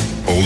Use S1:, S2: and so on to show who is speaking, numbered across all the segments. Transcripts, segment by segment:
S1: Hold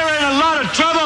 S2: in a lot of trouble!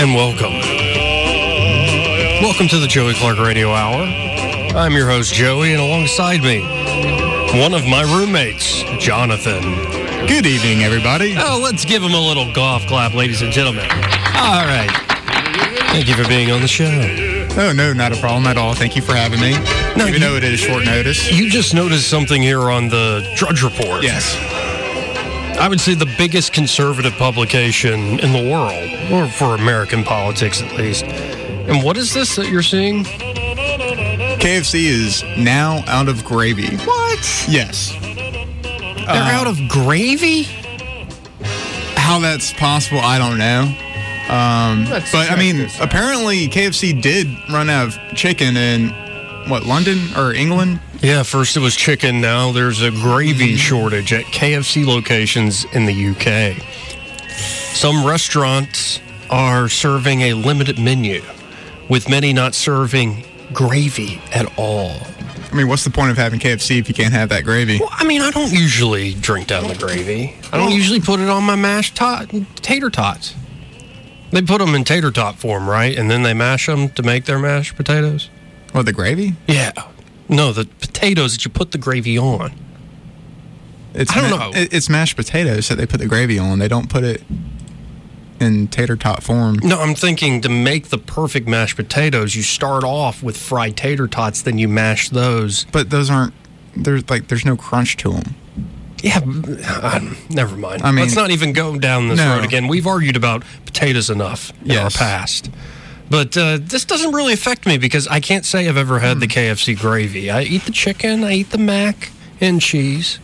S3: And welcome. Welcome to the Joey Clark Radio Hour. I'm your host, Joey, and alongside me, one of my roommates, Jonathan.
S4: Good evening, everybody.
S3: Oh, let's give him a little golf clap, ladies and gentlemen. All right. Thank you for being on the show.
S4: Oh, no, not a problem at all. Thank you for having me. No, Even you, though it is short notice.
S3: You just noticed something here on the Drudge Report.
S4: Yes.
S3: I would say the biggest conservative publication in the world, or for American politics at least. And what is this that you're seeing?
S4: KFC is now out of gravy.
S3: What?
S4: Yes.
S3: They're uh, out of gravy?
S4: How that's possible, I don't know. Um, but I mean, apparently KFC did run out of chicken in what London or England.
S3: Yeah, first it was chicken. Now there's a gravy mm-hmm. shortage at KFC locations in the UK. Some restaurants are serving a limited menu, with many not serving gravy at all.
S4: I mean, what's the point of having KFC if you can't have that gravy?
S3: Well, I mean, I don't usually drink down the gravy. I don't usually put it on my mashed tot- tater tots. They put them in tater tot form, right? And then they mash them to make their mashed potatoes.
S4: Or the gravy?
S3: Yeah. No, the potatoes that you put the gravy on.
S4: It's
S3: I don't ma- know.
S4: It's mashed potatoes that they put the gravy on. They don't put it in tater tot form.
S3: No, I'm thinking to make the perfect mashed potatoes, you start off with fried tater tots, then you mash those.
S4: But those aren't. There's like there's no crunch to them.
S3: Yeah, uh, never mind. I mean, let's not even go down this no. road again. We've argued about potatoes enough in yes. our past, but uh, this doesn't really affect me because I can't say I've ever had mm. the KFC gravy. I eat the chicken, I eat the mac and cheese,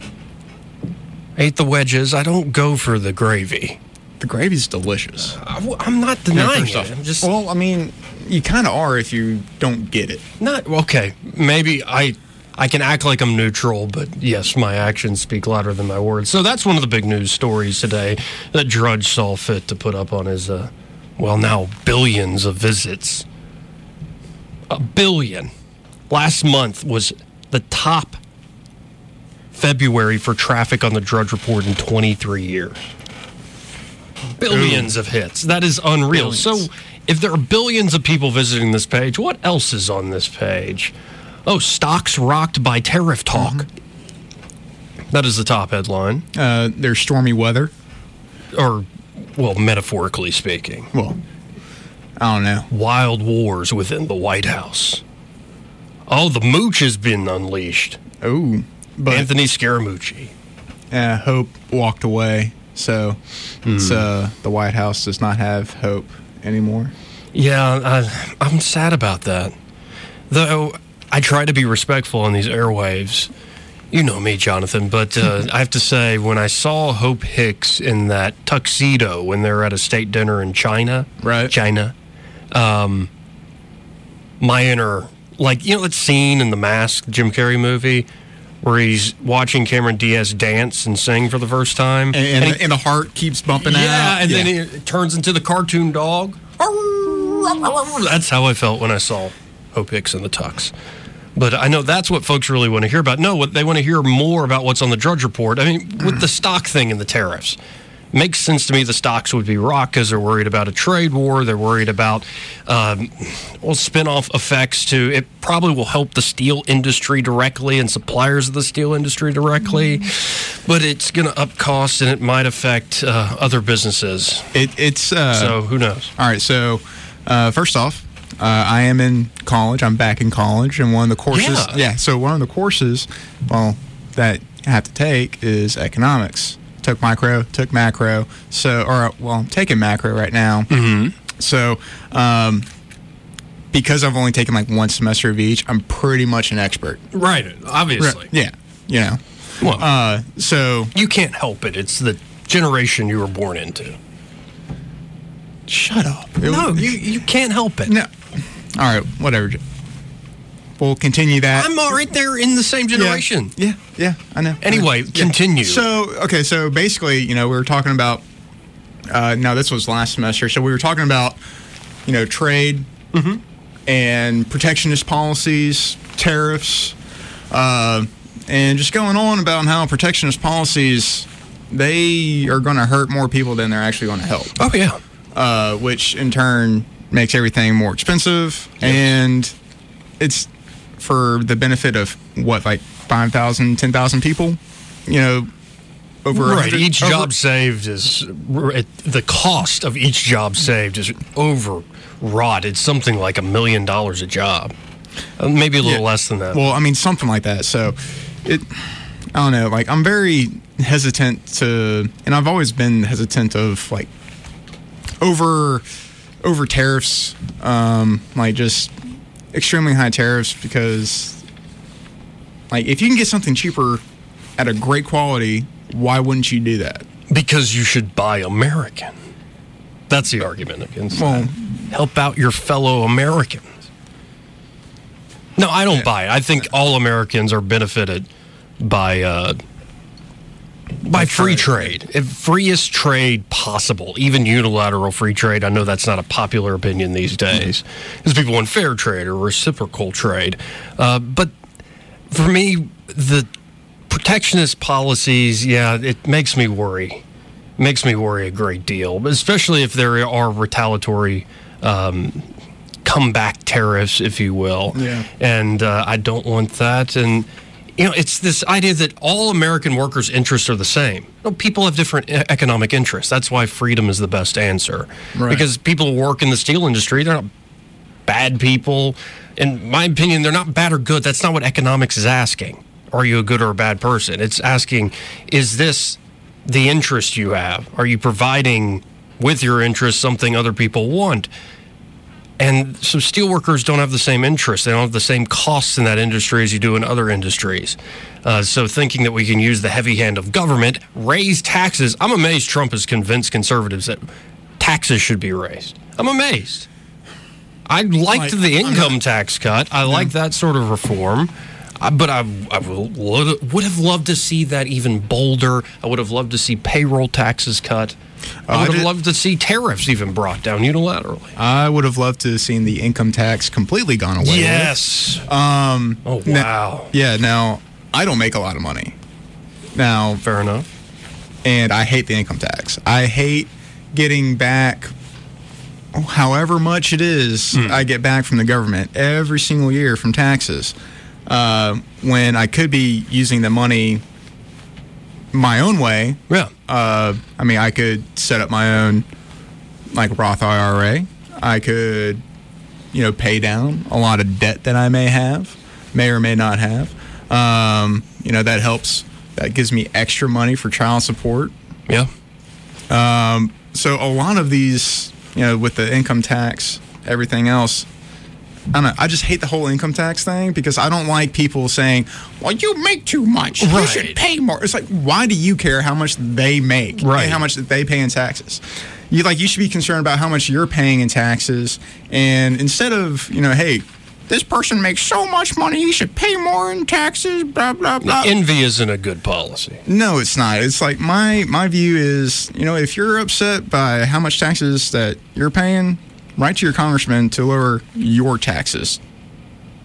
S3: I eat the wedges. I don't go for the gravy.
S4: The gravy's delicious.
S3: Uh, I'm not denying no, it. I'm just
S4: well, I mean, you kind of are if you don't get it.
S3: Not okay. Maybe I I can act like I'm neutral, but yes, my actions speak louder than my words. So that's one of the big news stories today that Drudge saw fit to put up on his, uh, well, now billions of visits. A billion. Last month was the top February for traffic on the Drudge Report in 23 years. Billions Ooh. of hits. That is unreal. Billions. So if there are billions of people visiting this page, what else is on this page? Oh, stocks rocked by tariff talk. Mm-hmm. That is the top headline.
S4: Uh, there's stormy weather.
S3: Or, well, metaphorically speaking.
S4: Well, I don't know.
S3: Wild wars within the White House. Oh, the mooch has been unleashed.
S4: Oh,
S3: but Anthony Scaramucci.
S4: Uh, hope walked away, so mm. uh, the White House does not have hope anymore.
S3: Yeah, I, I'm sad about that. Though I try to be respectful on these airwaves. You know me, Jonathan, but uh, I have to say, when I saw Hope Hicks in that tuxedo when they were at a state dinner in China,
S4: right?
S3: China, um, my inner, like, you know, that scene in the Mask Jim Carrey movie where he's watching Cameron Diaz dance and sing for the first time.
S4: And, and, and, he, and the heart keeps bumping
S3: yeah,
S4: out.
S3: And yeah, and then it turns into the cartoon dog. That's how I felt when I saw Hope Hicks in the tux. But I know that's what folks really want to hear about. No, what they want to hear more about what's on the Drudge Report. I mean, with the stock thing and the tariffs, makes sense to me. The stocks would be rocked because they're worried about a trade war. They're worried about um, well spinoff effects. To it probably will help the steel industry directly and suppliers of the steel industry directly, mm-hmm. but it's going to up costs and it might affect uh, other businesses.
S4: It, it's uh,
S3: so who knows?
S4: All right, so uh, first off. Uh, I am in college. I'm back in college, and one of the courses, yeah. yeah. So one of the courses, well, that I have to take is economics. Took micro, took macro. So, or well, I'm taking macro right now.
S3: Mm-hmm.
S4: So, um, because I've only taken like one semester of each, I'm pretty much an expert.
S3: Right, obviously.
S4: Yeah, you know.
S3: Well,
S4: Uh, so
S3: you can't help it. It's the generation you were born into.
S4: shut up. It
S3: No,
S4: was-
S3: you, you can't help it.
S4: no. All right, whatever. Jim. We'll continue that.
S3: I'm all right there in the same
S4: Yeah.
S3: generation.
S4: Yeah, yeah, I know.
S3: Anyway,
S4: Yeah.
S3: continue.
S4: So, okay, so basically, you know, we were talking about. Uh, no, this was last semester. So we were talking about, you know, trade
S3: Mm-hmm.
S4: and protectionist policies, tariffs, uh, and just going on about how protectionist policies they are going to hurt more people than they're actually going to help
S3: Oh, yeah.
S4: uh, which in turn makes everything more expensive. And it's for the benefit of what, like 5,000, 10,000 people, you know, over a
S3: Right.
S4: hundred-
S3: Each
S4: over-
S3: job saved is the cost of each job saved is overwrought. It's something like a million dollars a job, Uh, maybe a little
S4: Yeah.
S3: less than that.
S4: Well, I mean, something like that. So it, I don't know. Like, I'm very hesitant to, and I've always been hesitant of like over, over tariffs, um, like just extremely high tariffs because, like, if you can get something cheaper at a great quality, why wouldn't you do that?
S3: because you should buy American. That's the argument against.
S4: Well-
S3: that. help out your fellow Americans. No, I don't buy it. I think all Americans are benefited by uh, by free trade. If freest trade possible, even unilateral free trade. I know that's not a popular opinion these days, because people want fair trade or reciprocal trade. Uh, but for me, the protectionist policies, yeah, it makes me worry. Makes me worry a great deal, but especially if there are retaliatory um, comeback tariffs, if you will.
S4: Yeah.
S3: And uh, I don't want that. And, you know, it's this idea that all American workers' interests are the same. No, people have different e- economic interests. That's why freedom is the best answer.
S4: Right.
S3: Because people who work in the steel industry, they're not bad people. In my opinion, they're not bad or good. That's not what economics is asking. Are you a good or a bad person? It's asking, is this the interest you have? Are you providing with your interest something other people want? And so steelworkers don't have the same interests. They don't have the same costs in that industry as you do in other industries. Uh, so thinking that we can use the heavy hand of government, raise taxes. I'm amazed Trump has convinced conservatives that taxes should be raised. I'm amazed. I
S4: Like,
S3: liked the
S4: I'm
S3: income tax cut. I like that sort of reform. I, but I, I will- would, would have loved to see that even bolder. I would have loved to see payroll taxes cut. Uh, I
S4: I
S3: would have
S4: did-
S3: loved to see tariffs even brought down unilaterally.
S4: I would have loved to have seen the income tax completely gone away. with.
S3: Yes. Um. Oh
S4: No-
S3: wow.
S4: yeah. Now I don't make a lot of money. Now
S3: Fair enough.
S4: and I hate the income tax. I hate getting back however much it is I get back from the government every single year from taxes uh, when I could be using the money my own way.
S3: Yeah.
S4: Uh, I mean, I could set up my own like Roth IRA. I could, you know, pay down a lot of debt that I may have, may or may not have. Um, you know, that helps. That gives me extra money for child support.
S3: yeah.
S4: So a lot of these, you know, with the income tax, everything else. I don't know. I just hate the whole income tax thing because I don't like people saying, "Well, you make too much. You
S3: Right.
S4: should pay more." It's like, why do you care how much they make
S3: Right.
S4: and how much that they pay in taxes? You like you should be concerned about how much you're paying in taxes, and instead of you know, hey, this person makes so much money, he should pay more in taxes. Blah blah blah.
S3: Envy isn't a good policy.
S4: No, it's not. It's like my my view is, you know, if you're upset by how much taxes that you're paying, write to your congressman to lower your taxes,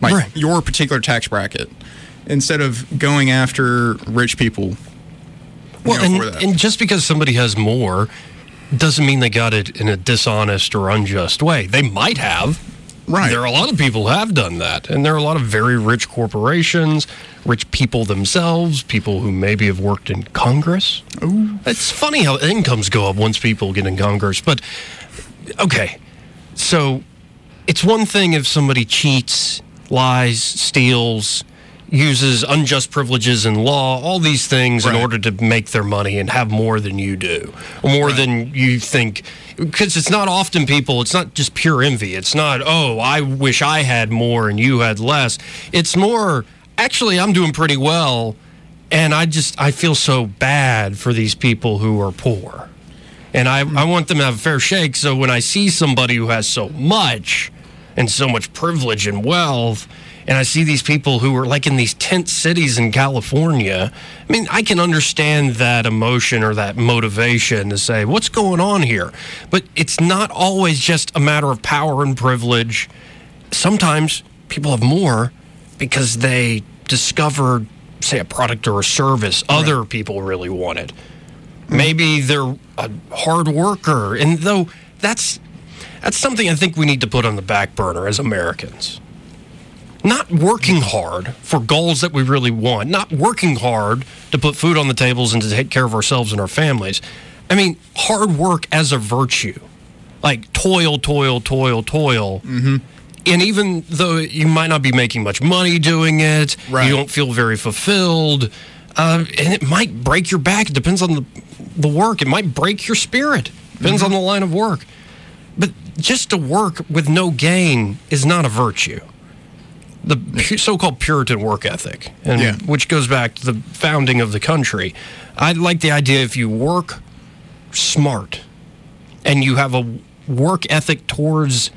S4: like
S3: Right.
S4: your particular tax bracket, instead of going after rich people.
S3: Well,
S4: know, for
S3: and,
S4: that.
S3: and just because somebody has more doesn't mean they got it in a dishonest or unjust way. They might have.
S4: Right.
S3: There are a lot of people who have done that. And there are a lot of very rich corporations, rich people themselves, people who maybe have worked in Congress. It's funny how incomes go up once people get in Congress. But okay. So it's one thing if somebody cheats, lies, steals, uses unjust privileges in law, all these things in
S4: Right.
S3: order to make their money and have more than you do, or more than you think. Because it's not often people, it's not just pure envy. It's not, oh, I wish I had more and you had less. It's more, actually, I'm doing pretty well. And I just, I feel so bad for these people who are poor. And I, I want them to have a fair shake. So when I see somebody who has so much and so much privilege and wealth, and I see these people who are like in these tent cities in California, I mean, I can understand that emotion or that motivation to say, what's going on here? But it's not always just a matter of power and privilege. Sometimes people have more because they discovered, say, a product or a service other people really wanted maybe they're a hard worker and though that's that's something i think we need to put on the back burner as americans not working hard for goals that we really want not working hard to put food on the tables and to take care of ourselves and our families i mean hard work as a virtue like toil toil toil toil and even though you might not be making much money doing it,
S4: Right.
S3: you don't feel very fulfilled, uh, and it might break your back. It depends on the, the work. It might break your spirit. Depends on the line of work. But just to work with no gain is not a virtue. The pu- so-called Puritan work ethic, and
S4: Yeah.
S3: which goes back to the founding of the country. I like the idea if you work smart and you have a work ethic towards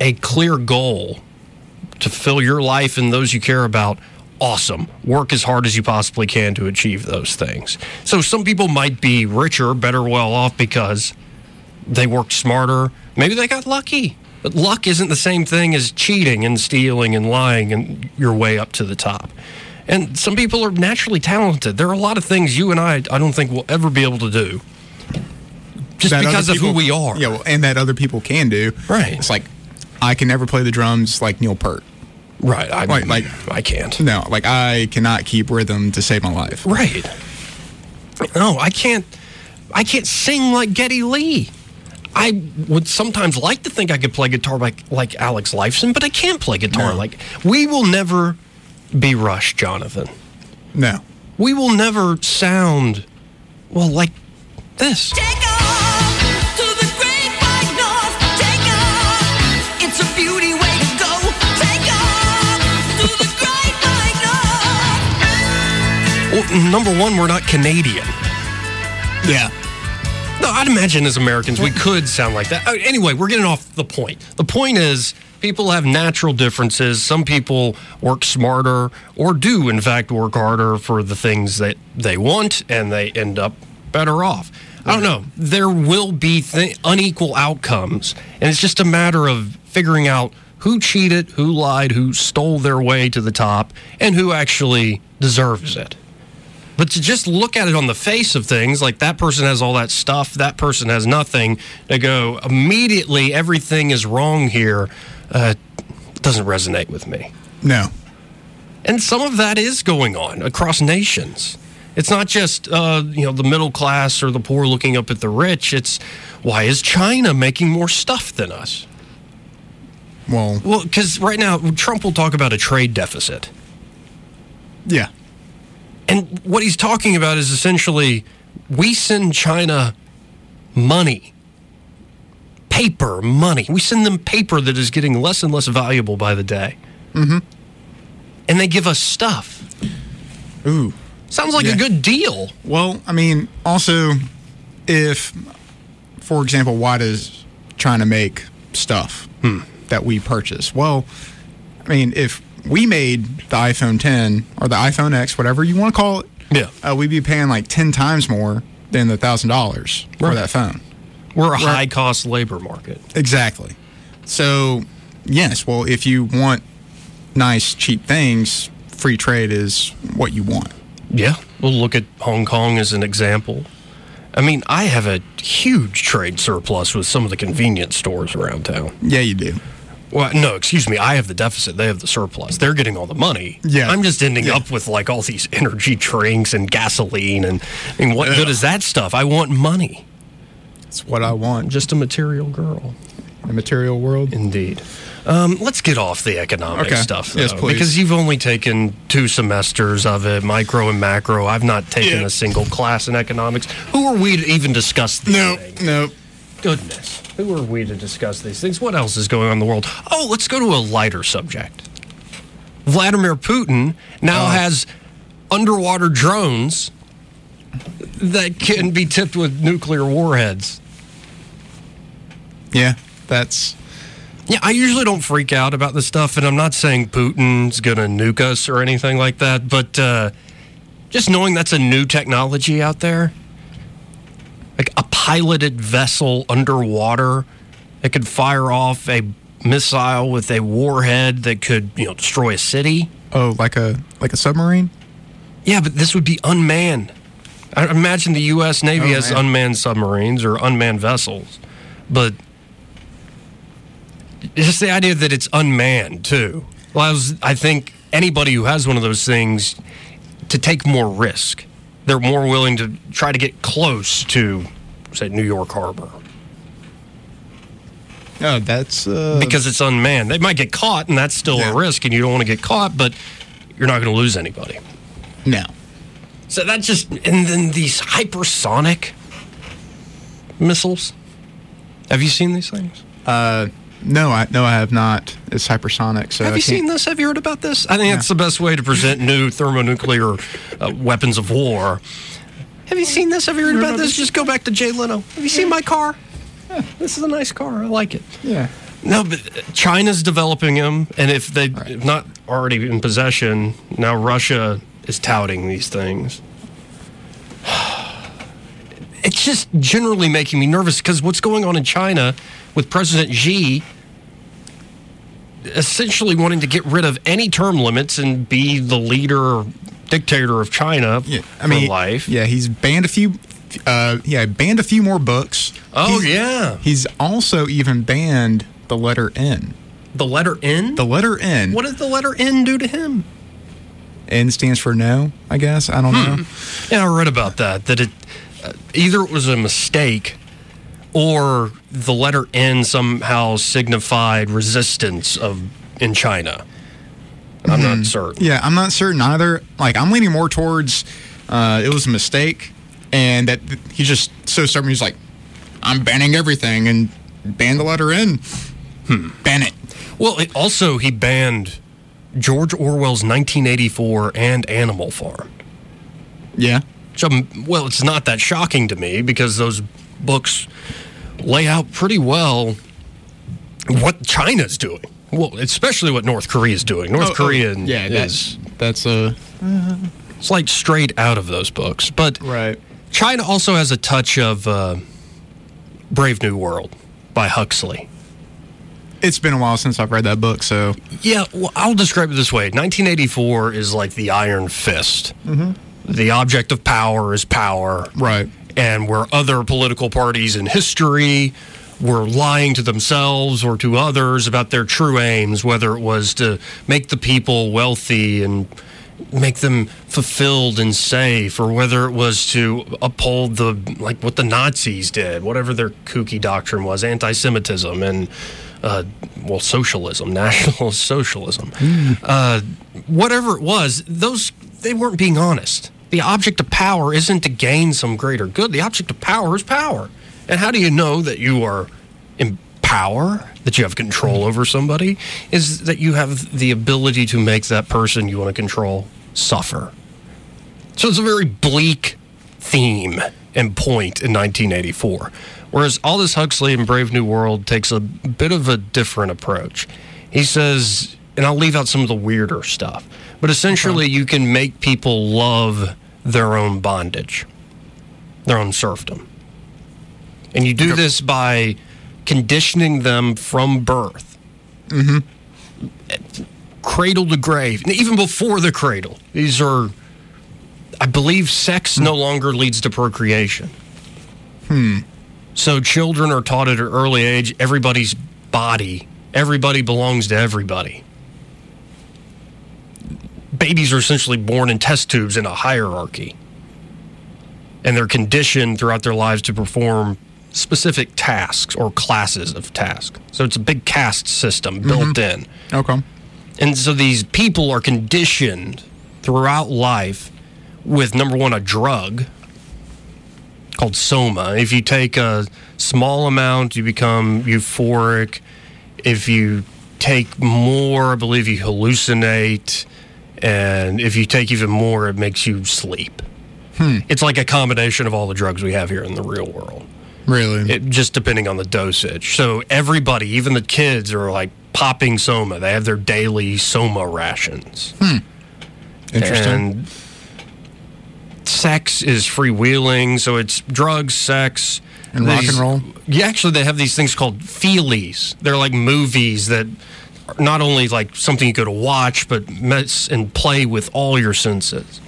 S3: a clear goal to fill your life and those you care about, awesome. Work as hard as you possibly can to achieve those things. So some people might be richer, better well off because they worked smarter. Maybe they got lucky. But luck isn't the same thing as cheating and stealing and lying and your way up to the top. And some people are naturally talented. There are a lot of things you and I, I don't think, will ever be able to do just
S4: that other
S3: because of who
S4: people-
S3: we are.
S4: Yeah, well, and that other people can do.
S3: Right.
S4: It's like I can never play the drums like Neil Peart.
S3: Right. I
S4: Like-
S3: mean,
S4: like-
S3: I can't.
S4: No, like I cannot keep rhythm to save my life.
S3: Right. No, I can't. I can't sing like Getty Lee. I would sometimes like to think I could play guitar like like Alex Lifeson, but I can't play guitar
S4: No.
S3: like. We will never be Rush, Jonathan.
S4: No.
S3: We will never sound well like this.
S1: Take off to the great white north. Take off. It's a beauty way to go. Take off to the great white north.
S3: Well, number one, we're not Canadian.
S4: Yeah.
S3: No, I'd imagine as Americans we could sound like that. Uh, Anyway, we're getting off the point. The point is people have natural differences. Some people work smarter or do in fact work harder for the things that they want and they end up better off. I don't know. There will be th- unequal outcomes and it's just a matter of figuring out who cheated, who lied, who stole their way to the top and who actually deserves it. But to just look at it on the face of things, like that person has all that stuff, that person has nothing, to go immediately everything is wrong here, uh, doesn't resonate with me.
S4: No.
S3: And some of that is going on across nations. It's not just uh, you know the middle class or the poor looking up at the rich. It's why is China making more stuff than us?
S4: Well,
S3: Well, because right now Trump will talk about a trade deficit.
S4: yeah.
S3: And what he's talking about is essentially we send China money, paper money. We send them paper that is getting less and less valuable by the day. Mm-hmm. And they give us stuff.
S4: Ooh.
S3: Sounds like
S4: Yeah.
S3: a good deal.
S4: Well, I mean, also, if, for example, WADA's trying to make stuff
S3: Hmm.
S4: that we purchase, well, I mean, if we made the iPhone 10 or the iPhone X, whatever you want to call it,
S3: Yeah.
S4: uh, we'd be paying like 10 times more than the $1,000 for
S3: Right.
S4: that phone.
S3: We're a high cost labor market.
S4: Exactly. So, yes, well, if you want nice, cheap things, free trade is what you want.
S3: Yeah. We'll look at Hong Kong as an example. I mean, I have a huge trade surplus with some of the convenience stores around town.
S4: Yeah, you do.
S3: Well, no, excuse me. I have the deficit. They have the surplus. They're getting all the money.
S4: Yeah.
S3: I'm just ending
S4: Yeah.
S3: up with like all these energy drinks and gasoline and, and what good is that stuff? I want money.
S4: It's what I want.
S3: I'm just a material girl.
S4: the material world.
S3: Indeed. Um, let's get off the economic
S4: Okay.
S3: stuff,
S4: Yes,
S3: though,
S4: please.
S3: because you've only taken two semesters of it, micro and macro. I've not taken a single class in economics. Who are we to even discuss these
S4: No,
S3: things?
S4: no.
S3: Goodness, who are we to discuss these things? What else is going on in the world? Oh, let's go to a lighter subject. Vladimir Putin now has underwater drones that can be tipped with nuclear warheads.
S4: Yeah, that's
S3: Yeah, I usually don't freak out about this stuff, and I'm not saying Putin's gonna nuke us or anything like that, but uh, just knowing that's a new technology out there, like a piloted vessel underwater that could fire off a missile with a warhead that could, you know, destroy a city.
S4: oh, like a like a submarine.
S3: Yeah, but this would be unmanned. I imagine the U.S. Navy
S4: Oh,
S3: has
S4: man.
S3: unmanned submarines or unmanned vessels, but just the idea that it's unmanned too allows, I think, anybody who has one of those things to take more risk. They're more willing to try to get close to, say, New York Harbor
S4: Oh, that's uh,
S3: because it's unmanned. They might get caught, and that's still
S4: Yeah.
S3: a risk, and you don't want to get caught, but you're not going to lose anybody.
S4: no.
S3: So that just and then these hypersonic missiles. Have you seen these things?
S4: No, I no, I have not. It's hypersonic. So
S3: Have
S4: I
S3: you
S4: can't-
S3: seen this? Have you heard about this? I think that's the best way to present new thermonuclear uh, weapons of war. Have you seen this? Have you heard about this? Just go back to Jay Leno. Have you seen my car? Yeah, this is a nice car. I like it.
S4: Yeah.
S3: No, but China's developing them, and if they if not already in possession, now Russia is touting these things. It's just generally making me nervous because what's going on in China with President Xi essentially wanting to get rid of any term limits and be the leader dictator of China
S4: Yeah, I
S3: for
S4: mean,
S3: life.
S4: Yeah, he's banned a few. Uh, yeah, banned a few more books.
S3: Oh,
S4: He's-
S3: yeah.
S4: He's also even banned the letter N.
S3: The letter N?
S4: The letter N.
S3: what does the letter N do to him?
S4: N stands for no, I guess. I don't
S3: Hmm.
S4: know.
S3: Yeah, I read about that. That it uh, either it was a mistake or the letter N somehow signified resistance of in China. I'm not certain.
S4: Mm-hmm. Yeah, I'm not certain either. Like, I'm leaning more towards uh, it was a mistake, and that th- he's just so stubborn. He's like, I'm banning everything and ban the letter N.
S3: Hmm.
S4: Ban it.
S3: Well, it, also he banned George Orwell's 1984 and Animal Farm.
S4: Yeah.
S3: Which I'm- well, it's not that shocking to me because those books lay out pretty well what China's doing. Well, especially what North Korea's doing.
S4: Oh,
S3: North Korea
S4: yeah,
S3: is
S4: that's that's uh,
S3: It's like straight out of those books. But
S4: right.
S3: China also has a touch of uh, Brave New World by Huxley.
S4: It's been a while since I've read that book, so
S3: Yeah, well, I'll describe it this way 1984 is like the Iron Fist. The object of power is power.
S4: Mm-hmm. right.
S3: And where other political parties in history were lying to themselves or to others about their true aims, whether it was to make the people wealthy and make them fulfilled and safe, or whether it was to uphold the like what the Nazis did, whatever their kooky doctrine was, anti-Semitism and uh, well, socialism, national socialism, uh, whatever it was, those they weren't being honest. The object of power isn't to gain some greater good. The object of power is power. And how do you know that you are in power, that you have control over somebody, is that you have the ability to make that person you want to control suffer. So it's a very bleak theme and point in 1984. Whereas all this Huxley and Brave New World takes a bit of a different approach. He says, and I'll leave out some of the weirder stuff, but essentially you can make people love their own bondage, their own serfdom. And you do this by conditioning them from birth cradle to grave, and even before the cradle. These are, I believe, sex no longer leads to procreation. Hmm. So children are taught at an early age everybody's body, everybody belongs to everybody. Babies are essentially born in test tubes in a hierarchy, and they're conditioned throughout their lives to perform specific tasks or classes of tasks. So it's a big caste system built in.
S4: Okay.
S3: And so these people are conditioned throughout life with number one, a drug called soma. If you take a small amount, you become euphoric. If you take more, I believe you hallucinate. And if you take even more, it makes you sleep. It's like a combination of all the drugs we have here in the real world
S4: Really?
S3: it, just depending on the dosage. So everybody, even the kids, are like popping soma. They have their daily soma rations.
S4: Interesting.
S3: And sex is freewheeling, so it's drugs, sex,
S4: And rock and roll?
S3: Yeah, actually, they have these things called feelies. They're like movies that are not only like something you go to watch, but mess and play with all your senses.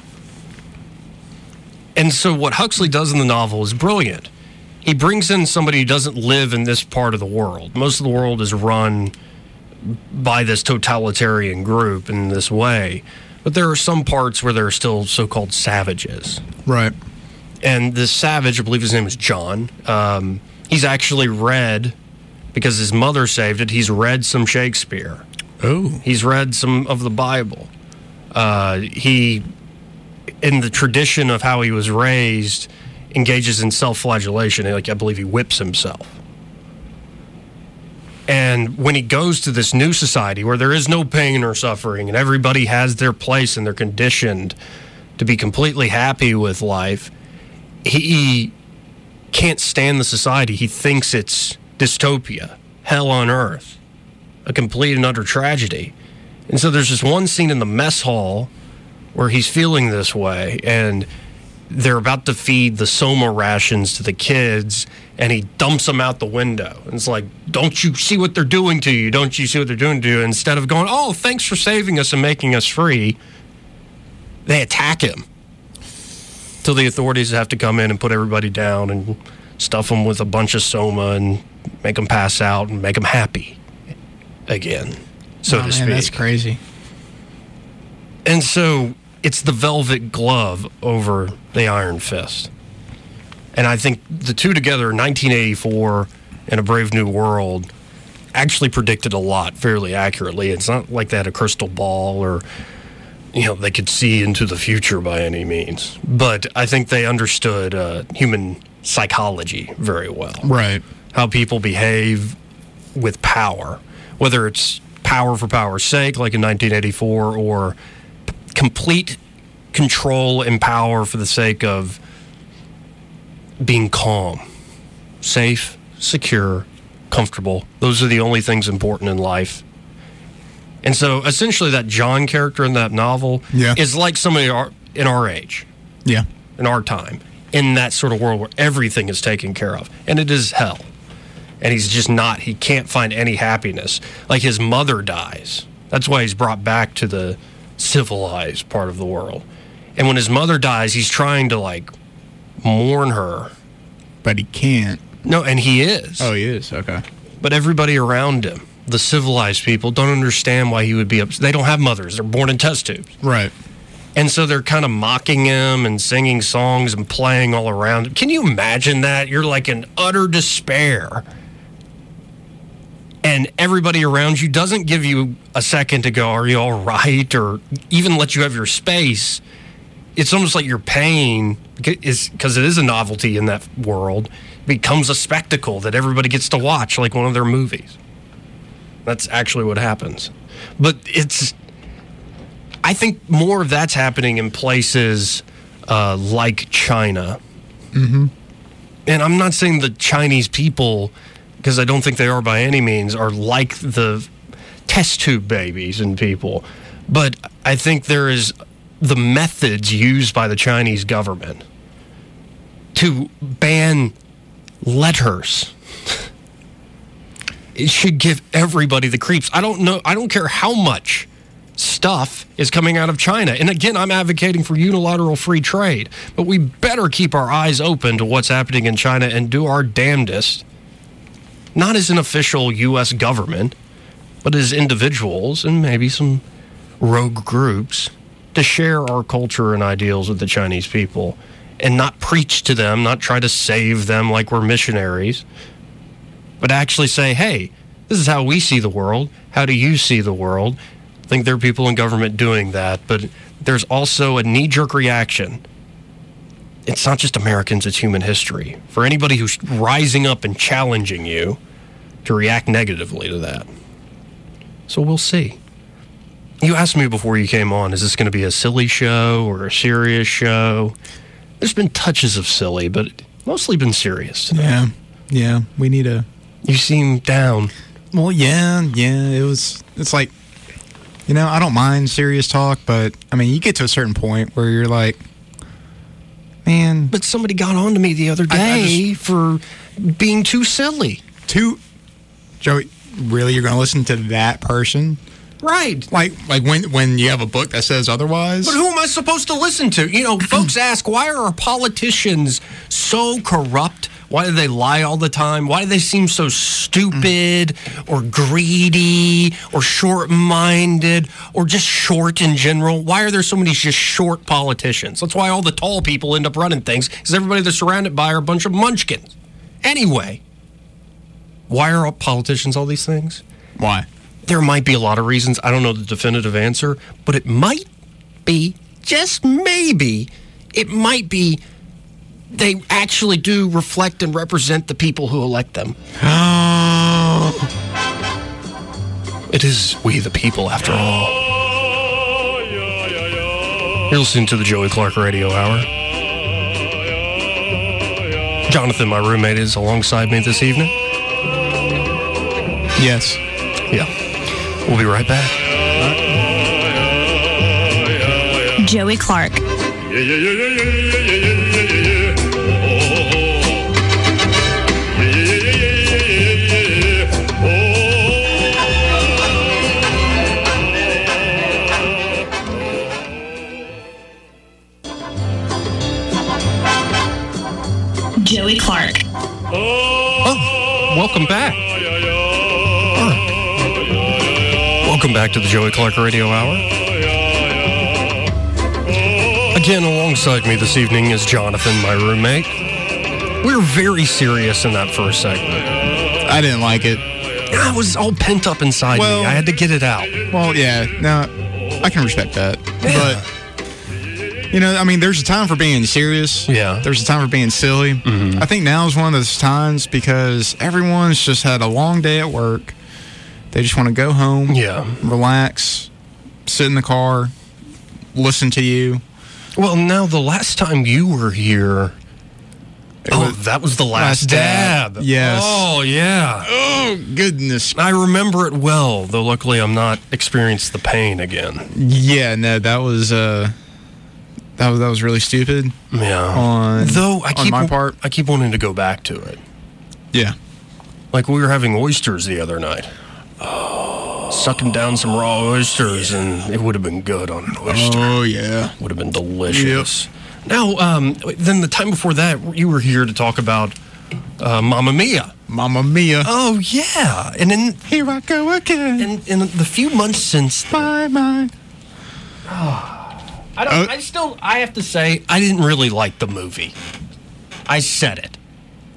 S3: And so, what Huxley does in the novel is brilliant. He brings in somebody who doesn't live in this part of the world. Most of the world is run by this totalitarian group in this way. But there are some parts where there are still so called savages.
S4: right.
S3: And this savage, I believe his name is John, um, he's actually read, because his mother saved it, he's read some Shakespeare.
S4: Oh.
S3: He's read some of the Bible. Uh, he, in the tradition of how he was raised, engages in self flagellation. Like, I believe he whips himself. And when he goes to this new society where there is no pain or suffering and everybody has their place and they're conditioned to be completely happy with life, he can't stand the society. He thinks it's dystopia, hell on earth a complete and utter tragedy. And so there's this one scene in the mess hall where he's feeling this way and they're about to feed the soma rations to the kids and he dumps them out the window. And it's like, don't you see what they're doing to you? Don't you see what they're doing to you? Instead of going, oh, thanks for saving us and making us free, they attack him. Till the authorities have to come in and put everybody down and stuff them with a bunch of soma and make them pass out and make them happy again, so
S4: Oh,
S3: to
S4: man,
S3: speak.
S4: that's crazy.
S3: And so it's the velvet glove over the iron fist. And I think the two together, 1984 and A Brave New World, actually predicted a lot fairly accurately. It's not like they had a crystal ball or, you know, they could see into the future by any means. But I think they understood uh, human psychology very well
S4: Right.
S3: how people behave with power, whether it's power for power's sake, like in 1984, or p- complete control and power for the sake of being calm, safe, secure, comfortable. Those are the only things important in life. And so essentially, that John character in that novel
S4: Yeah.
S3: is like somebody our- in our age
S4: Yeah.
S3: in our time in that sort of world where everything is taken care of and it is hell and he's just not he can't find any happiness like his mother dies that's why he's brought back to the civilized part of the world and when his mother dies he's trying to like mourn her
S4: But he can't.
S3: no and he is
S4: Oh, he is. Okay.
S3: but everybody around him the civilized people don't understand why he would be upset they don't have mothers they're born in test tubes
S4: Right.
S3: and so they're kind of mocking him and singing songs and playing all around him. Can you imagine that? You're like in utter despair. And everybody around you doesn't give you a second to go, Are you all right? Or even let you have your space. It's almost like your pain is because it is a novelty in that world, becomes a spectacle that everybody gets to watch, like one of their movies. That's actually what happens. But it's I think more of that's happening in places uh, like China. Mm-hmm. And I'm not saying the Chinese people, because I don't think they are by any means, are like the test tube babies and people. But I think there is the methods used by the Chinese government to ban letters. It should give everybody the creeps. I don't know. I don't care how much stuff is coming out of China. And again, I'm advocating for unilateral free trade, but we better keep our eyes open to what's happening in China and do our damnedest, not as an official U.S. government, but as individuals and maybe some rogue groups, to share our culture and ideals with the Chinese people and not preach to them, not try to save them like we're missionaries, but actually say, hey, this is how we see the world. How do you see the world? I think there are people in government doing that, but there's also a knee jerk reaction. It's not just Americans, it's human history. For anybody who's rising up and challenging you to react negatively to that. So we'll see. You asked me before you came on, is this going to be a silly show or a serious show? There's been touches of silly, but mostly been serious.
S4: Yeah, yeah. We need a.
S3: You seem down.
S4: Well, yeah, yeah. It was. It's like, you know, I don't mind serious talk, but I mean, you get to a certain point where you're like, man,
S3: But somebody got on to me the other
S4: I- I
S3: day for being too silly.
S4: two, Joey, really, you're gonna listen to that person?
S3: Right.
S4: Like, like when when you have a book that says otherwise.
S3: But who am I supposed to listen to? You know, folks ask, why are our politicians so corrupt? Why do they lie all the time? Why do they seem so stupid or greedy or short minded or just short in general? Why are there so many just short politicians? That's why all the tall people end up running things because everybody they're surrounded by are a bunch of munchkins. Anyway, why are all politicians all these things?
S4: Why?
S3: There might be a lot of reasons. I don't know the definitive answer, but it might be, just maybe, it might be they actually do reflect and represent the people who elect them. It is we the people, after all. You're listening to the Joey Clark Radio Hour. Jonathan, my roommate, is alongside me this evening.
S4: Yes.
S3: Yeah. We'll be right back.
S5: Joey Clark. Joey Clark.
S3: Oh, welcome back. Oh. Welcome back to the Joey Clark Radio Hour. Again, alongside me this evening is Jonathan, my roommate. We were very serious in that first segment.
S4: I didn't like it.
S3: I was all pent up inside
S4: Well-
S3: me. I had to get it out.
S4: Well, yeah, no, I can respect that. But, you know, I mean, there's a time for being serious.
S3: Yeah. Mm-hmm.
S4: There's a time for being silly. I think now is one of those times because everyone's just had a long day at work. They just want to go home,
S3: Yeah.
S4: relax, sit in the car, listen to you.
S3: Well, now the last time you were here, oh, that was the last,
S4: Last dab.
S3: dab.
S4: Yes.
S3: Oh, yeah.
S4: Oh, goodness.
S3: I remember it well, though luckily I'm not experienced the pain again.
S4: Yeah, no, that was, uh, that was, that was really stupid.
S3: Yeah.
S4: On-
S3: though I
S4: on
S3: keep
S4: my part.
S3: I keep wanting to go back to it.
S4: Yeah.
S3: Like we were having oysters the other night.
S4: Oh.
S3: Sucking down some raw oysters, and it would have been good on an oyster.
S4: Oh, yeah.
S3: Would have been delicious. Now, um, then the time before that, you were here to talk about uh, Mamma Mia.
S4: Mamma mia.
S3: Oh yeah, and then
S4: Here I go again.
S3: in, in the few months since
S4: Bye bye.
S3: I don't.
S4: Oh.
S3: I still. I have to say, I didn't really like the movie. I said it.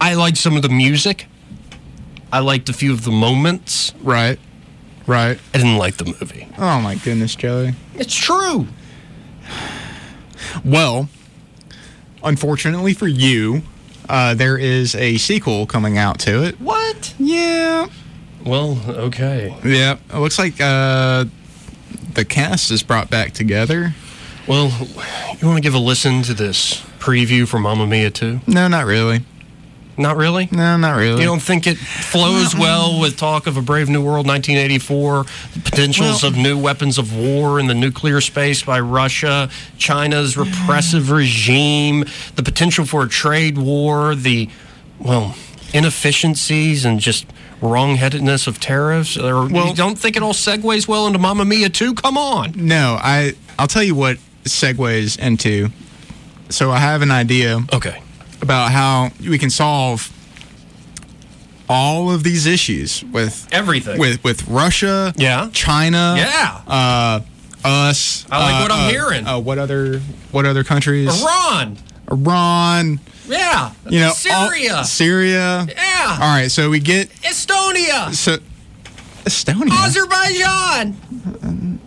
S3: I liked some of the music. I liked a few of the moments.
S4: Right. Right.
S3: I didn't like the movie.
S4: Oh my goodness, Joey.
S3: It's true.
S4: Well, unfortunately for you, uh, there is a sequel coming out to it.
S3: What?
S4: Yeah.
S3: Well, okay.
S4: Yeah. It looks like uh, the cast is brought back together.
S3: Well, you want to give a listen to this preview for Mamma Mia 2?
S4: No, not really.
S3: Not really.
S4: No, not really.
S3: You don't think it
S4: Uh-uh.
S3: flows well with talk of a brave new world, 1984, the potentials of new weapons of war in the nuclear space by Russia, China's repressive regime, the potential for a trade war, the well inefficiencies and just wrongheadedness of tariffs. Or you
S4: Well-
S3: don't think it all segues well into Mamma Mia too? Come on.
S4: no, I. I'll tell you what segues into. So I have an idea
S3: Okay.
S4: about how we can solve all of these issues with
S3: Everything.
S4: with with Russia,
S3: Yeah.
S4: China,
S3: Yeah.
S4: uh, us.
S3: I like
S4: uh,
S3: what I'm
S4: uh,
S3: hearing.
S4: Uh, what other what other countries?
S3: Iran.
S4: Iran,
S3: Yeah.
S4: you know, all-
S3: Syria.
S4: Syria.
S3: Yeah.
S4: All right, so we get
S3: Estonia.
S4: so Estonia.
S3: Azerbaijan.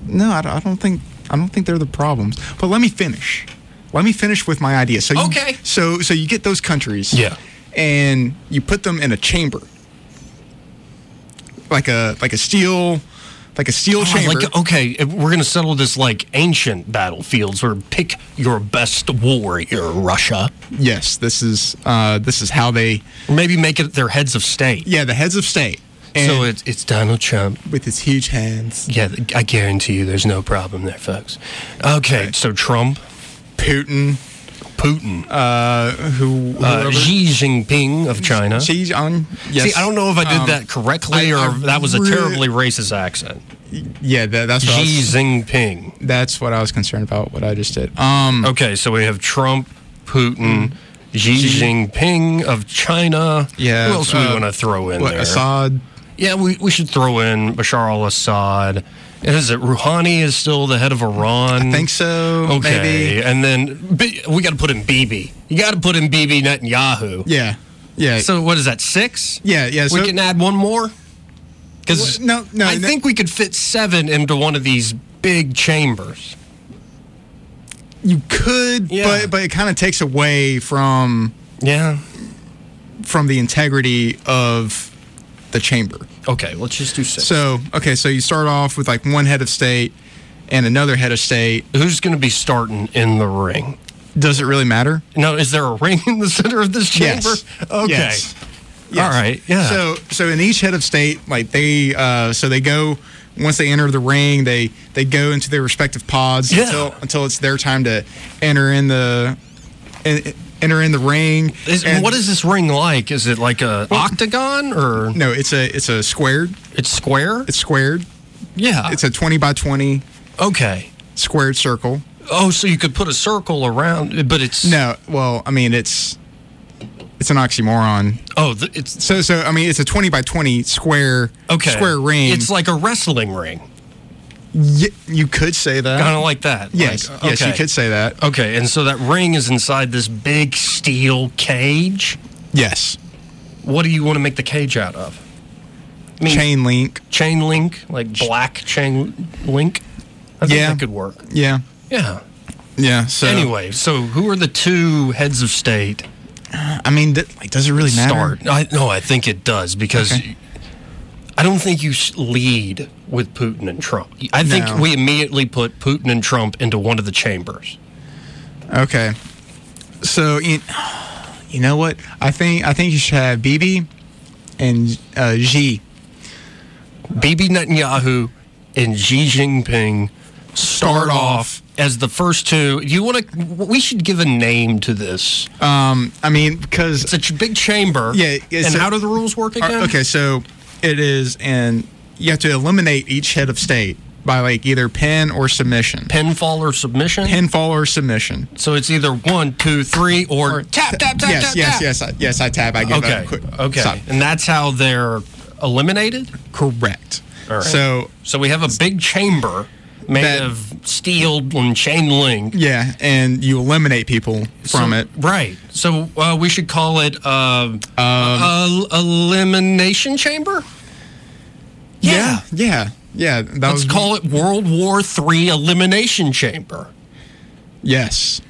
S4: no, I don't, I don't think I don't think they're the problems. But let me finish. Let me finish with my idea. So you,
S3: Okay.
S4: So so you get those countries.
S3: Yeah.
S4: And you put them in a chamber, like a like a steel, like a steel
S3: Oh, I
S4: chamber.
S3: like, okay, we're going to settle this like ancient battlefields or pick your best warrior, Russia.
S4: yes, this is uh, this is how they.
S3: Or maybe make it their heads of state.
S4: Yeah, the heads of state. And
S3: so it's, it's Donald Trump.
S4: with his huge hands,
S3: Yeah, I guarantee you there's no problem there, folks. Okay, so Trump,
S4: Putin,
S3: Putin,
S4: who
S3: uh,
S4: whoever-
S3: Xi Jinping of China.
S4: Xi Jinping. Yes.
S3: See, I don't know if I did
S4: Um,
S3: that correctly
S4: I-
S3: or
S4: I
S3: if that was a
S4: really-
S3: terribly racist accent.
S4: Yeah, that, that's what I
S3: Xi
S4: was,
S3: Jinping.
S4: that's what I was concerned about. What I just did. Um.
S3: Okay, so we have Trump,
S4: Mm.
S3: Putin, Xi Jinping of China.
S4: Yeah,
S3: Who else do we
S4: uh,
S3: want to throw in
S4: What,
S3: there?
S4: Assad?
S3: Yeah, we, we should throw in Bashar al Assad. And Is it Rouhani is still the head of Iran?
S4: I think so.
S3: Okay,
S4: Maybe.
S3: and then B- we got to put in BB. You got to put in BB Netanyahu.
S4: Yeah. Yeah.
S3: So what is that? Six?
S4: Yeah, yeah,
S3: we
S4: so-
S3: can add one more. Because
S4: Well, no, no,
S3: I
S4: no.
S3: think we could fit seven into one of these big chambers.
S4: you could,
S3: Yeah.
S4: but but it kind of takes away from
S3: Yeah.
S4: from the integrity of the chamber.
S3: Okay, let's just do six.
S4: So okay, so you start off with like one head of state and another head of state.
S3: Who's going to be starting in the ring?
S4: Does it really matter?
S3: No, is there a ring in the center of this chamber?
S4: Yes.
S3: Okay.
S4: Yes.
S3: All right. Yeah.
S4: So so in each head of state, like they uh, so they go once they enter the ring, they they go into their respective pods
S3: Yeah.
S4: until until it's their time to enter in the en- enter in the ring.
S3: Is,
S4: And-
S3: what is this ring like? Is it like a octagon or
S4: No, it's a it's a squared.
S3: it's square?
S4: It's squared.
S3: yeah.
S4: It's a twenty by twenty
S3: okay.
S4: squared circle.
S3: Oh, so you could put a circle around, but it's
S4: No, well, I mean it's it's an oxymoron.
S3: Oh, th- it's
S4: So so I mean it's a twenty by twenty square
S3: okay.
S4: square ring.
S3: It's like a wrestling ring,
S4: Y- you could say that.
S3: kind of like that.
S4: yes,
S3: Like,
S4: yes, you could say that.
S3: Okay, and so that ring is inside this big steel cage.
S4: Yes,
S3: What do you want to make the cage out of? I mean,
S4: chain link.
S3: chain link, like black chain link. I think
S4: Yeah.
S3: that could work.
S4: Yeah.
S3: Yeah.
S4: Yeah. So
S3: anyway, so who are the two heads of state
S4: I mean, th- like, does it really matter?
S3: start? I, no, I think it does because
S4: Okay.
S3: I don't think you s- lead with Putin and Trump. I think
S4: No.
S3: we immediately put Putin and Trump into one of the chambers.
S4: Okay. So you, you know what? I think I think you should have BB and uh, G.
S3: Bibi Netanyahu and Xi Jinping start
S4: Start
S3: off
S4: off.
S3: as the first two. You want to? We should give a name to this.
S4: Um, I mean, because
S3: It's a ch- big chamber.
S4: Yeah, yeah,
S3: And
S4: so-
S3: how do the rules work again?
S4: okay, so it is, and you have to eliminate each head of state by like either pin or submission,
S3: Pinfall or submission.
S4: pinfall or submission.
S3: so it's either one, two, three, or, tap tap tap
S4: yes,
S3: tap
S4: yes,
S3: tap.
S4: yes, I, yes. I tab. I give
S3: Okay.
S4: up. Quick,
S3: okay.
S4: stop.
S3: And that's how they're eliminated.
S4: Correct.
S3: All right.
S4: So
S3: So we have a big chamber made
S4: That-
S3: of steel and chain link.
S4: yeah, and you eliminate people from
S3: So-
S4: it.
S3: Right. So uh, we should call it um, el- elimination chamber.
S4: Yeah, yeah, yeah. That was,
S3: Let's call it World War Three elimination chamber.
S4: Yes.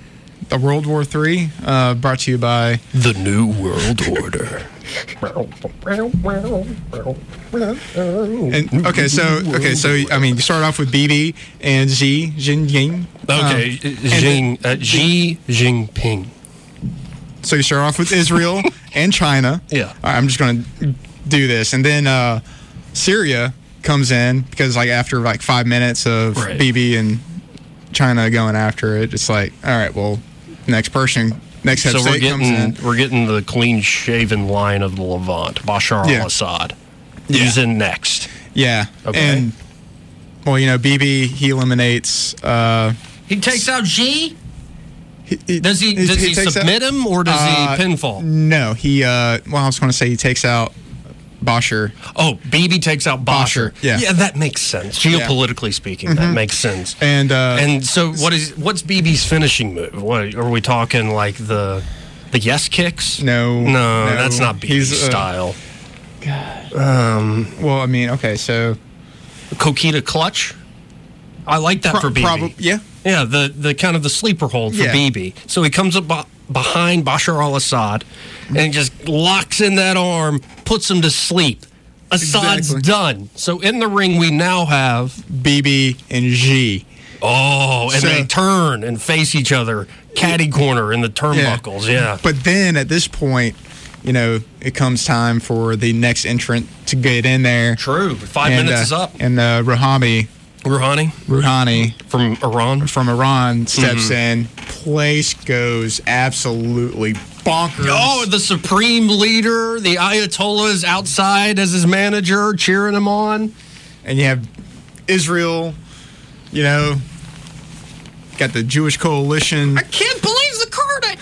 S4: The World War III, uh, brought to you by.
S3: The new world order. Oh,
S4: And, okay, so okay, so I mean, you start off with BB and Xi Jinping.
S3: Okay,
S4: Um,
S3: Xi, uh, Xi Jinping.
S4: so you start off with Israel and China.
S3: Yeah.
S4: All right, I'm just gonna do this, and then uh, Syria comes in because like after like five minutes of
S3: Right.
S4: BB and China going after it, it's like all right, well, next person, next head
S3: So
S4: of
S3: we're
S4: state comes in.
S3: getting we're getting the clean shaven line of the Levant. Bashar
S4: Yeah.
S3: al-Assad. He's in next.
S4: Yeah.
S3: Okay.
S4: And well, you know, BB he eliminates. Uh,
S3: He takes out Xi.
S4: he-
S3: Does he does he,
S4: takes out-
S3: submit him or does
S4: Uh,
S3: he pinfall?
S4: No, he. Uh, well, I was going to say he takes out Bosher.
S3: Oh, Beebe takes out Bosher.
S4: Bosher, yeah.
S3: yeah, that makes sense. Geopolitically speaking, that makes sense.
S4: And, uh,
S3: and so what is what's Beebe's finishing move? What are we talking like the the yes kicks?
S4: No,
S3: no,
S4: no.
S3: that's not Beebe's
S4: He's, uh,
S3: style.
S4: Well, I mean, okay, so
S3: Coquita clutch. I like that
S4: Pro-
S3: for Beebe.
S4: prob- yeah.
S3: yeah, the the kind of the sleeper hold for
S4: Yeah.
S3: Beebe. So he comes up beh- behind Bashar al-Assad and just locks in that arm, puts him to sleep. Assad's
S4: Exactly.
S3: done. So in the ring, we now have
S4: BB and G.
S3: Oh, and
S4: So-
S3: they turn and face each other, catty corner in the turnbuckles. Yeah.
S4: But then at this point, you know, it comes time for the next entrant to get in there.
S3: True. Five
S4: and,
S3: minutes
S4: uh,
S3: is up.
S4: And uh, Rahami,
S3: Rouhani
S4: Rouhani
S3: from Iran.
S4: from Iran
S3: Mm-hmm.
S4: steps in. Place goes absolutely bonkers.
S3: Oh, the supreme leader, the Ayatollah is outside as his manager, cheering him on.
S4: and you have Israel, you know, got the Jewish coalition.
S3: Can't believe the card.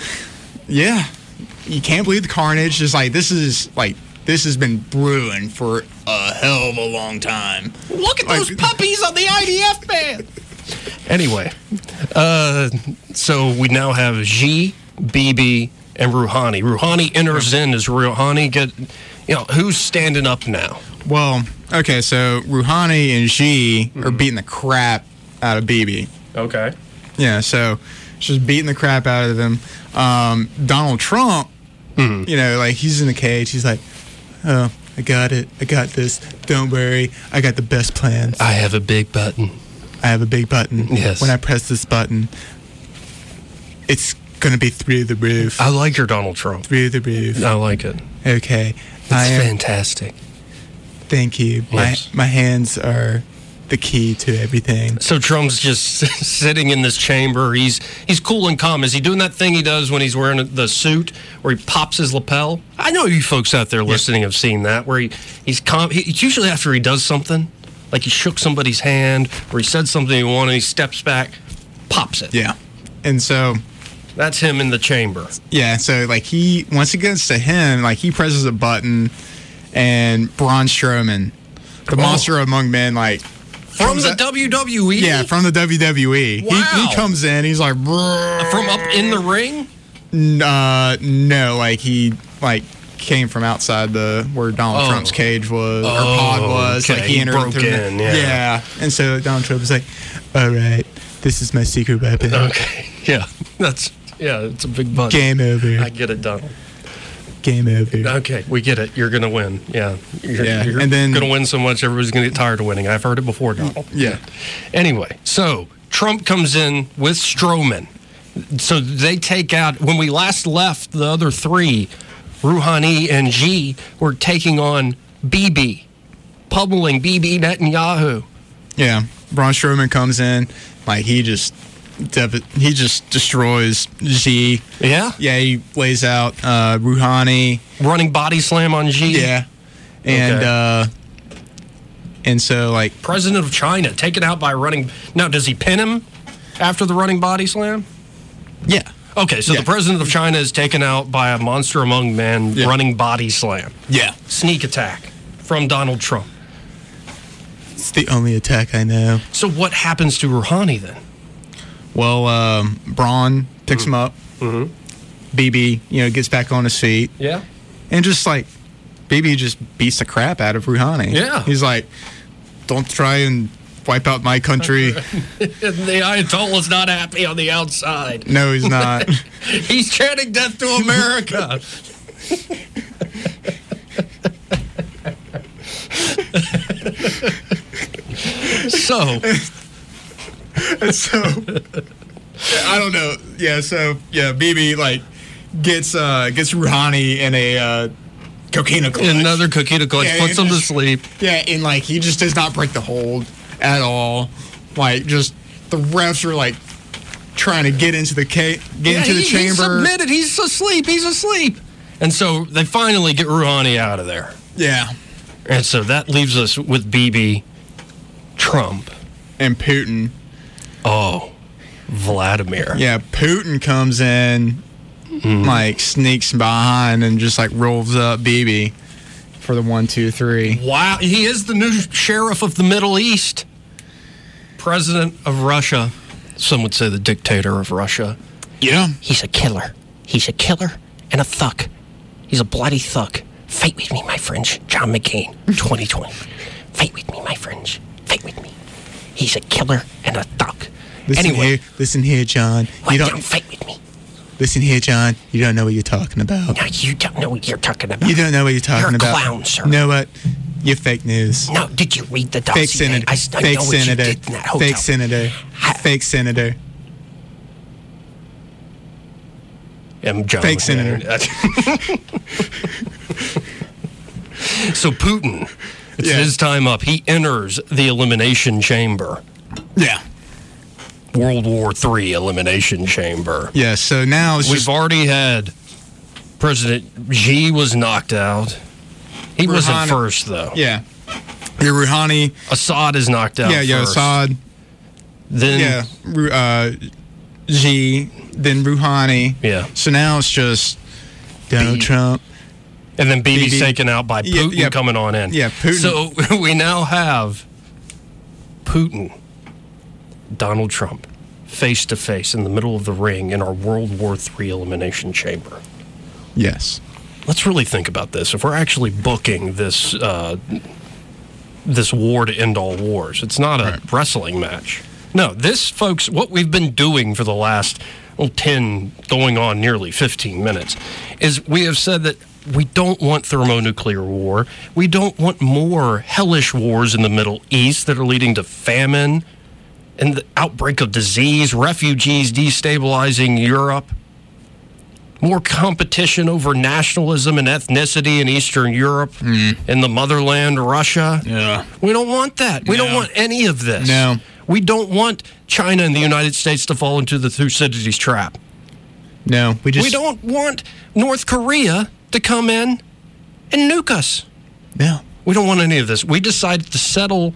S4: Yeah. You can't believe the carnage. It's like this is like this has been brewing for a hell of a long time.
S3: Look at
S4: Like-
S3: those puppies on the IDF band. Anyway, uh, so we now have G, BB, and Rouhani. Rouhani enters in. Does Rouhani get, you know, who's standing up now?
S4: Well, okay, so Rouhani and Xi are beating the crap out of BB.
S3: Mm-hmm. Okay.
S4: Yeah, so it's just beating the crap out of them. Um, Donald Trump,
S3: Mm-hmm.
S4: you know, like he's in the cage. He's like, oh, I got it. I got this. Don't worry. I got the best plans.
S3: I have a big button.
S4: I have a big button.
S3: Yes.
S4: When I press this button, it's going to be through the roof.
S3: I like your Donald Trump.
S4: through the roof.
S3: I like it.
S4: Okay.
S3: It's
S4: I am,
S3: fantastic.
S4: Thank you.
S3: Yes.
S4: My, my hands are the key to everything.
S3: So Trump's just sitting in this chamber. He's he's cool and calm. Is he doing that thing he does when he's wearing the suit, where he pops his lapel? I know you folks out there listening have seen that, where he he's calm. He, it's usually after he does something, like he shook somebody's hand or he said something he wanted. He steps back, pops it.
S4: Yeah. And so,
S3: that's him in the chamber.
S4: yeah, so like he, once it gets to him, like he presses a button and Braun Strowman, the monster among men, like
S3: Oh. From the E?
S4: out-
S3: WWE,
S4: yeah, from the WWE. He,
S3: Wow.
S4: he comes in, he's like, "Brrr."
S3: from up in the ring.
S4: N- uh, no, like he like came from outside the where Donald
S3: Oh.
S4: Trump's cage was
S3: Oh,
S4: or pod was.
S3: okay.
S4: Like he
S3: He
S4: entered
S3: broke
S4: through the-
S3: in, yeah.
S4: and so Donald Trump was like, "All right, this is my secret weapon.
S3: Okay, yeah, that's yeah, it's a big button.
S4: Game over.
S3: I get it, Donald.
S4: Game over."
S3: Okay, we get it. You're gonna win. Yeah, you're,
S4: Yeah,
S3: you're
S4: and then- Mm-hmm.
S3: gonna win so much, everybody's gonna get tired of winning. I've heard it before, Donald.
S4: Yeah.
S3: Anyway, so Trump comes in with Strowman. So they take out when we last left the other three, Rouhani and G were taking on BB, pummeling BB Netanyahu.
S4: Yeah, Braun Strowman comes in, like he just, dev- he just destroys Z.
S3: Yeah?
S4: yeah, he lays out uh, Rouhani.
S3: Running body slam on G.
S4: Yeah, and
S3: Okay.
S4: uh, and so like
S3: President of China taken out by running. Now, does he pin him after the running body slam?
S4: yeah,
S3: Okay, so
S4: Yeah.
S3: the president of China is taken out by a monster among men
S4: Yeah.
S3: running body slam,
S4: yeah.
S3: sneak attack from Donald Trump.
S4: It's the only attack I know.
S3: So what happens to Rouhani then?
S4: Well, um, Braun picks
S3: Mm-hmm.
S4: him up. BB, you know, gets back on his feet
S3: Yeah.
S4: and just like BB just beats the crap out of Rouhani.
S3: Yeah.
S4: he's like, don't try and wipe out my country.
S3: And the Ayatollah's not happy on the outside.
S4: no, he's not.
S3: He's chanting death to America. so,
S4: so I don't know. Yeah, so yeah, BB like gets uh gets Rouhani in a uh cocaine clutch.
S3: another cookie to clutch
S4: Yeah,
S3: puts him to
S4: just-
S3: sleep.
S4: Yeah, and like he just does not break the hold at all. Like just the refs are like trying to get into the ca- get
S3: Yeah,
S4: into the
S3: he- He
S4: chamber.
S3: submitted. He's asleep. He's asleep. And so they finally get Rouhani out of there.
S4: yeah.
S3: And so that leaves us with BB Trump.
S4: And Putin.
S3: Oh, Vladimir.
S4: Yeah, Putin comes in like sneaks behind and just like rolls up BB for the one, two, three.
S3: Wow, he is the new sheriff of the Middle East, president of Russia. Some would say the dictator of Russia.
S6: Yeah.
S1: He's a killer. He's a killer and a thug. He's a bloody thug. Fight with me, my friends. John McCain, 2020. Fight with me, my friends. Fight with me. He's a killer and a thug.
S4: Listen
S1: anyway,
S4: here, listen here, John.
S1: why
S4: You
S1: don't,
S4: don't
S1: fight with me?
S4: listen here, John. You don't know what you're talking about.
S1: Now you don't know what you're talking about.
S4: You don't know what you're talking
S1: You're a
S4: about.
S1: clown, sir.
S4: You know what? You're fake news.
S1: No, did you read the dossier?
S4: Fake senator.
S1: I, I
S4: Fake
S1: know what you
S4: senator.
S1: did in that hotel.
S4: Fake senator. Fake senator.
S3: M. John
S4: Fake
S3: McCain. so Putin, it's
S4: Yeah.
S3: his time up. He enters the elimination chamber,
S4: Yeah.
S3: World War III elimination chamber.
S4: Yeah. So now it's
S3: We've
S4: just
S3: already had President Xi was knocked out. He
S4: Rouhani-
S3: wasn't first though.
S4: yeah. Your Rouhani.
S3: Assad is knocked out.
S4: yeah. Yeah.
S3: first.
S4: Assad.
S3: Then
S4: Yeah. Ru- Uh, Xi. Then Rouhani.
S3: Yeah.
S4: So now it's just Donald
S3: Be-
S4: Trump.
S3: and then BB's
S4: BB.
S3: taken out by
S4: Yeah,
S3: Putin
S4: yeah.
S3: coming on in.
S4: Yeah, Putin.
S3: So we now have Putin, Donald Trump, face to face in the middle of the ring in our World War III elimination chamber.
S4: Yes.
S3: Let's really think about this. If we're actually booking this uh, this war to end all wars, it's not a
S4: Right.
S3: wrestling match. No, this, folks, what we've been doing for the last well, 10, going on nearly 15 minutes, is we have said that we don't want thermonuclear war. We don't want more hellish wars in the Middle East that are leading to famine and the outbreak of disease, refugees destabilizing Europe more competition over nationalism and ethnicity in Eastern Europe in the motherland, Russia.
S4: Mm. Yeah.
S3: We don't want that. We don't
S4: No.
S3: want any of this.
S4: No.
S3: We don't want China and the United States to fall into the Thucydides trap.
S4: No. We just
S3: we don't want North Korea to come in and nuke us.
S4: No.
S3: We don't want any of this. We decided to settle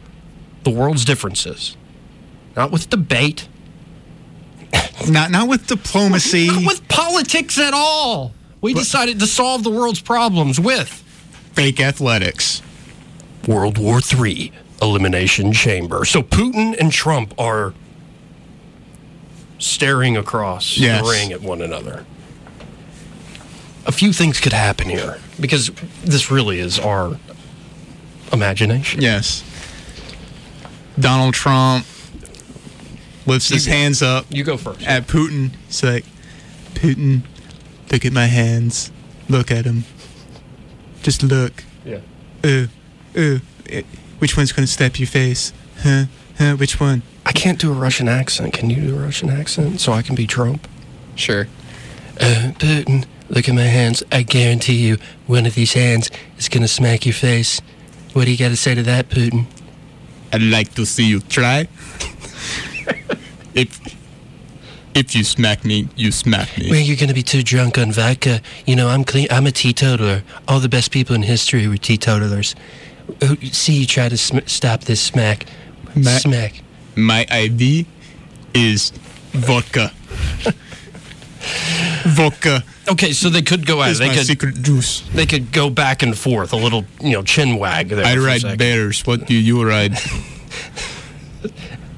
S3: the world's differences, not with debate,
S4: Not not with diplomacy.
S3: not with politics at all. We decided to solve the world's problems with
S4: fake athletics.
S3: World War III elimination chamber. So Putin and Trump are staring across
S4: Yes.
S3: the ring at one another. A few things could happen here because this really is our imagination.
S4: Yes. Donald Trump lifts his hands up
S3: You go first.
S4: at Putin. He's like, Putin, look at my hands. Look at them. Just look.
S3: yeah.
S4: Uh, uh, eh, which one's going to slap your face? Huh? Huh? Which one?
S3: I can't do a Russian accent. Can you do a Russian accent so I can be Trump?
S4: Sure.
S3: Uh, Putin, look at my hands. I guarantee you, one of these hands is going to smack your face. What do you got to say to that, Putin?
S4: I'd like to see you try. if if you smack me, you smack me.
S3: Well, you're going to be too drunk on vodka. You know, I'm clean. I'm a teetotaler. All the best people in history were teetotalers. Oh, See, you try to sm- stop this smack.
S4: Ma-
S3: smack.
S4: My ID is vodka. vodka
S3: Okay, so they could go at
S4: is
S3: it. They
S4: my
S3: could
S4: secret juice.
S3: they could go back and forth a little, you know, chin wag there.
S4: I
S3: for a
S4: ride
S3: second.
S4: bears. What do you ride?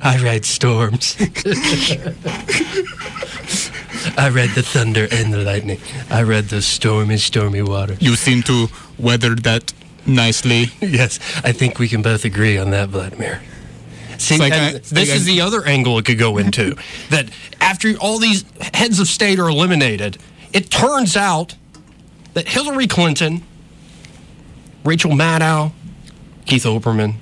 S3: I ride storms. I ride the thunder and the lightning. I ride the stormy, stormy water.
S4: You seem to weather that nicely.
S3: Yes, I think we can both agree on that, Vladimir. See,
S4: It's like
S3: and
S4: I- it's
S3: this
S4: like
S3: is
S4: I-
S3: the other angle it could go into. that after all these heads of state are eliminated, it turns out that Hillary Clinton, Rachel Maddow, Keith Oberman,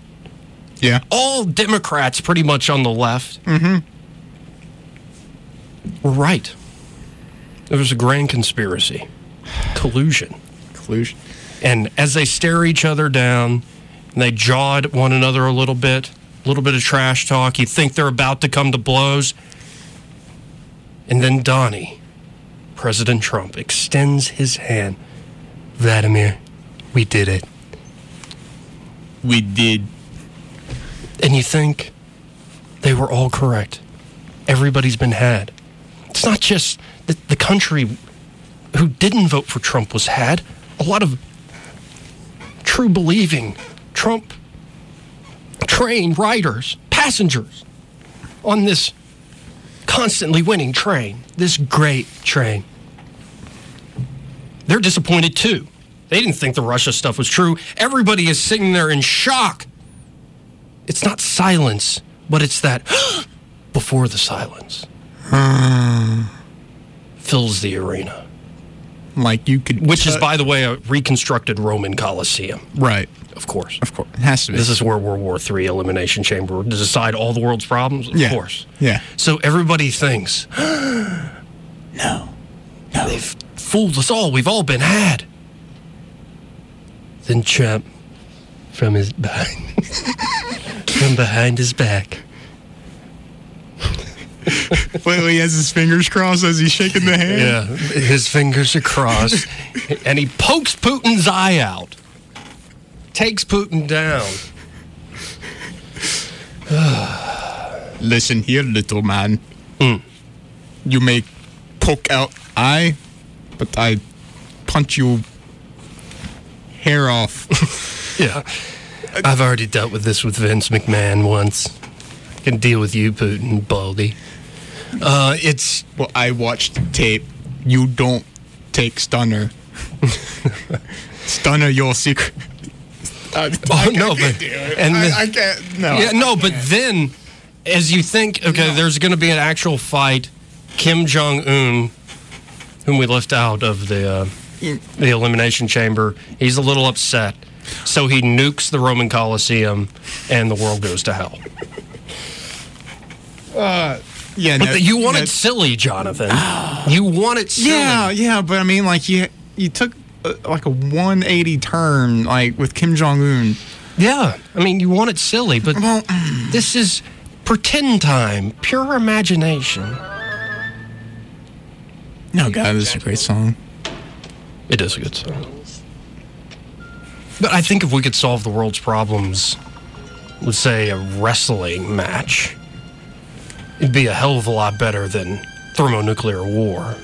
S4: Yeah.
S3: all Democrats pretty much on the left, were right. There was a grand conspiracy, collusion.
S4: Collusion.
S3: And as they stare each other down, and they jaw at one another a little bit, a little bit of trash talk. You think they're about to come to blows. And then Donnie, President Trump, extends his hand. Vladimir, we did it.
S4: We did.
S3: And you think they were all correct. Everybody's been had. It's not just that the country who didn't vote for Trump was had. A lot of true believing Trump train riders, passengers on this constantly winning train, this great train. They're disappointed too. They didn't think the Russia stuff was true. Everybody is sitting there in shock. It's not silence, but it's that before the silence Hmm. fills the arena,
S4: Like you could,
S3: which is,
S4: cut-
S3: by the way, a reconstructed Roman Colosseum,
S4: right.
S3: of course.
S4: Of course, it has to be.
S3: This is where World War III elimination chamber would decide all the world's problems, of
S4: Yeah.
S3: course.
S4: Yeah.
S3: So everybody thinks, no, no, they've fooled us all. We've all been had. Then Trump, from his behind, from behind his back,
S4: Wait, wait, he has his fingers crossed as he's shaking the hand.
S3: yeah, his fingers are crossed, and he pokes Putin's eye out, takes Putin down.
S4: Listen here, little man.
S3: Mm.
S4: You may poke out eye, but I punch you hair off.
S3: Yeah. I've already dealt with this with Vince McMahon once. I can deal with you, Putin, Baldy. Uh, it's
S4: well, I watched the tape. You don't take stunner. stunner your secret. I,
S3: Oh, no, but- and
S4: I,
S3: the-
S4: I can't. No.
S3: yeah, no, but then as you think, okay, there's going to be an actual fight. Kim Jong Un, whom we left out of the uh, the elimination chamber, he's a little upset, so he nukes the Roman Colosseum, and the world goes to hell.
S4: yeah,
S3: But
S4: no,
S3: the- you want
S4: no.
S3: it silly, Jonathan. you want it silly.
S4: Yeah, yeah, but I mean, like you, you took uh, like a 180 turn, like with Kim Jong Un.
S3: Yeah, I mean, you want it silly, but
S4: mm.
S3: this is pretend time, pure imagination.
S4: No, God, this is a great song.
S3: It is a good song. But I think if we could solve the world's problems with, say, a wrestling match, it'd be a hell of a lot better than thermonuclear war.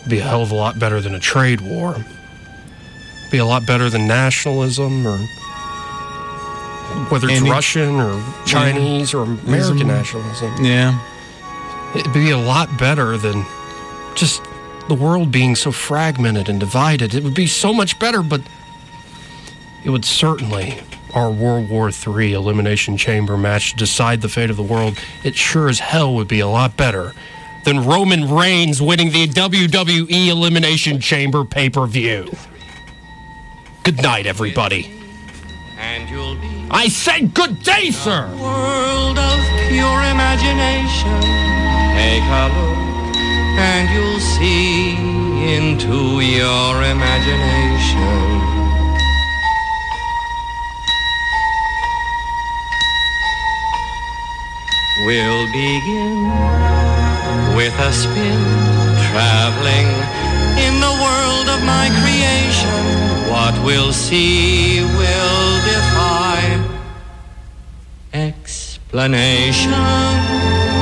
S3: It'd be a hell of a lot better than a trade war. It'd be a lot better than nationalism or whether it's
S4: Any-
S3: Russian or Chinese or American nationalism.
S4: Yeah,
S3: It'd be a lot better than just the world being so fragmented and divided. It would be so much better, but it would certainly, our World War III Elimination Chamber match to decide the fate of the world, it sure as hell would be a lot better than Roman Reigns winning the WWE Elimination Chamber pay per view. Good night, everybody.
S2: And you'll be
S3: I said good day, sir!
S2: world of pure imagination. Take a look and you'll see into your imagination. We'll begin with a spin, traveling in the world of my creation. What we'll see will defy explanation.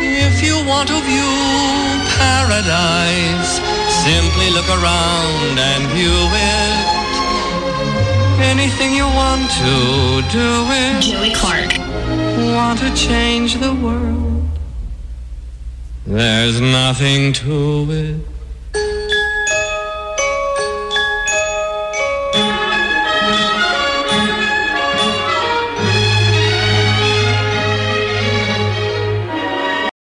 S2: If you want to view paradise, simply look around and view it. Anything you want to do it.
S5: Joey Clark.
S2: Want to change the world? There's nothing to it.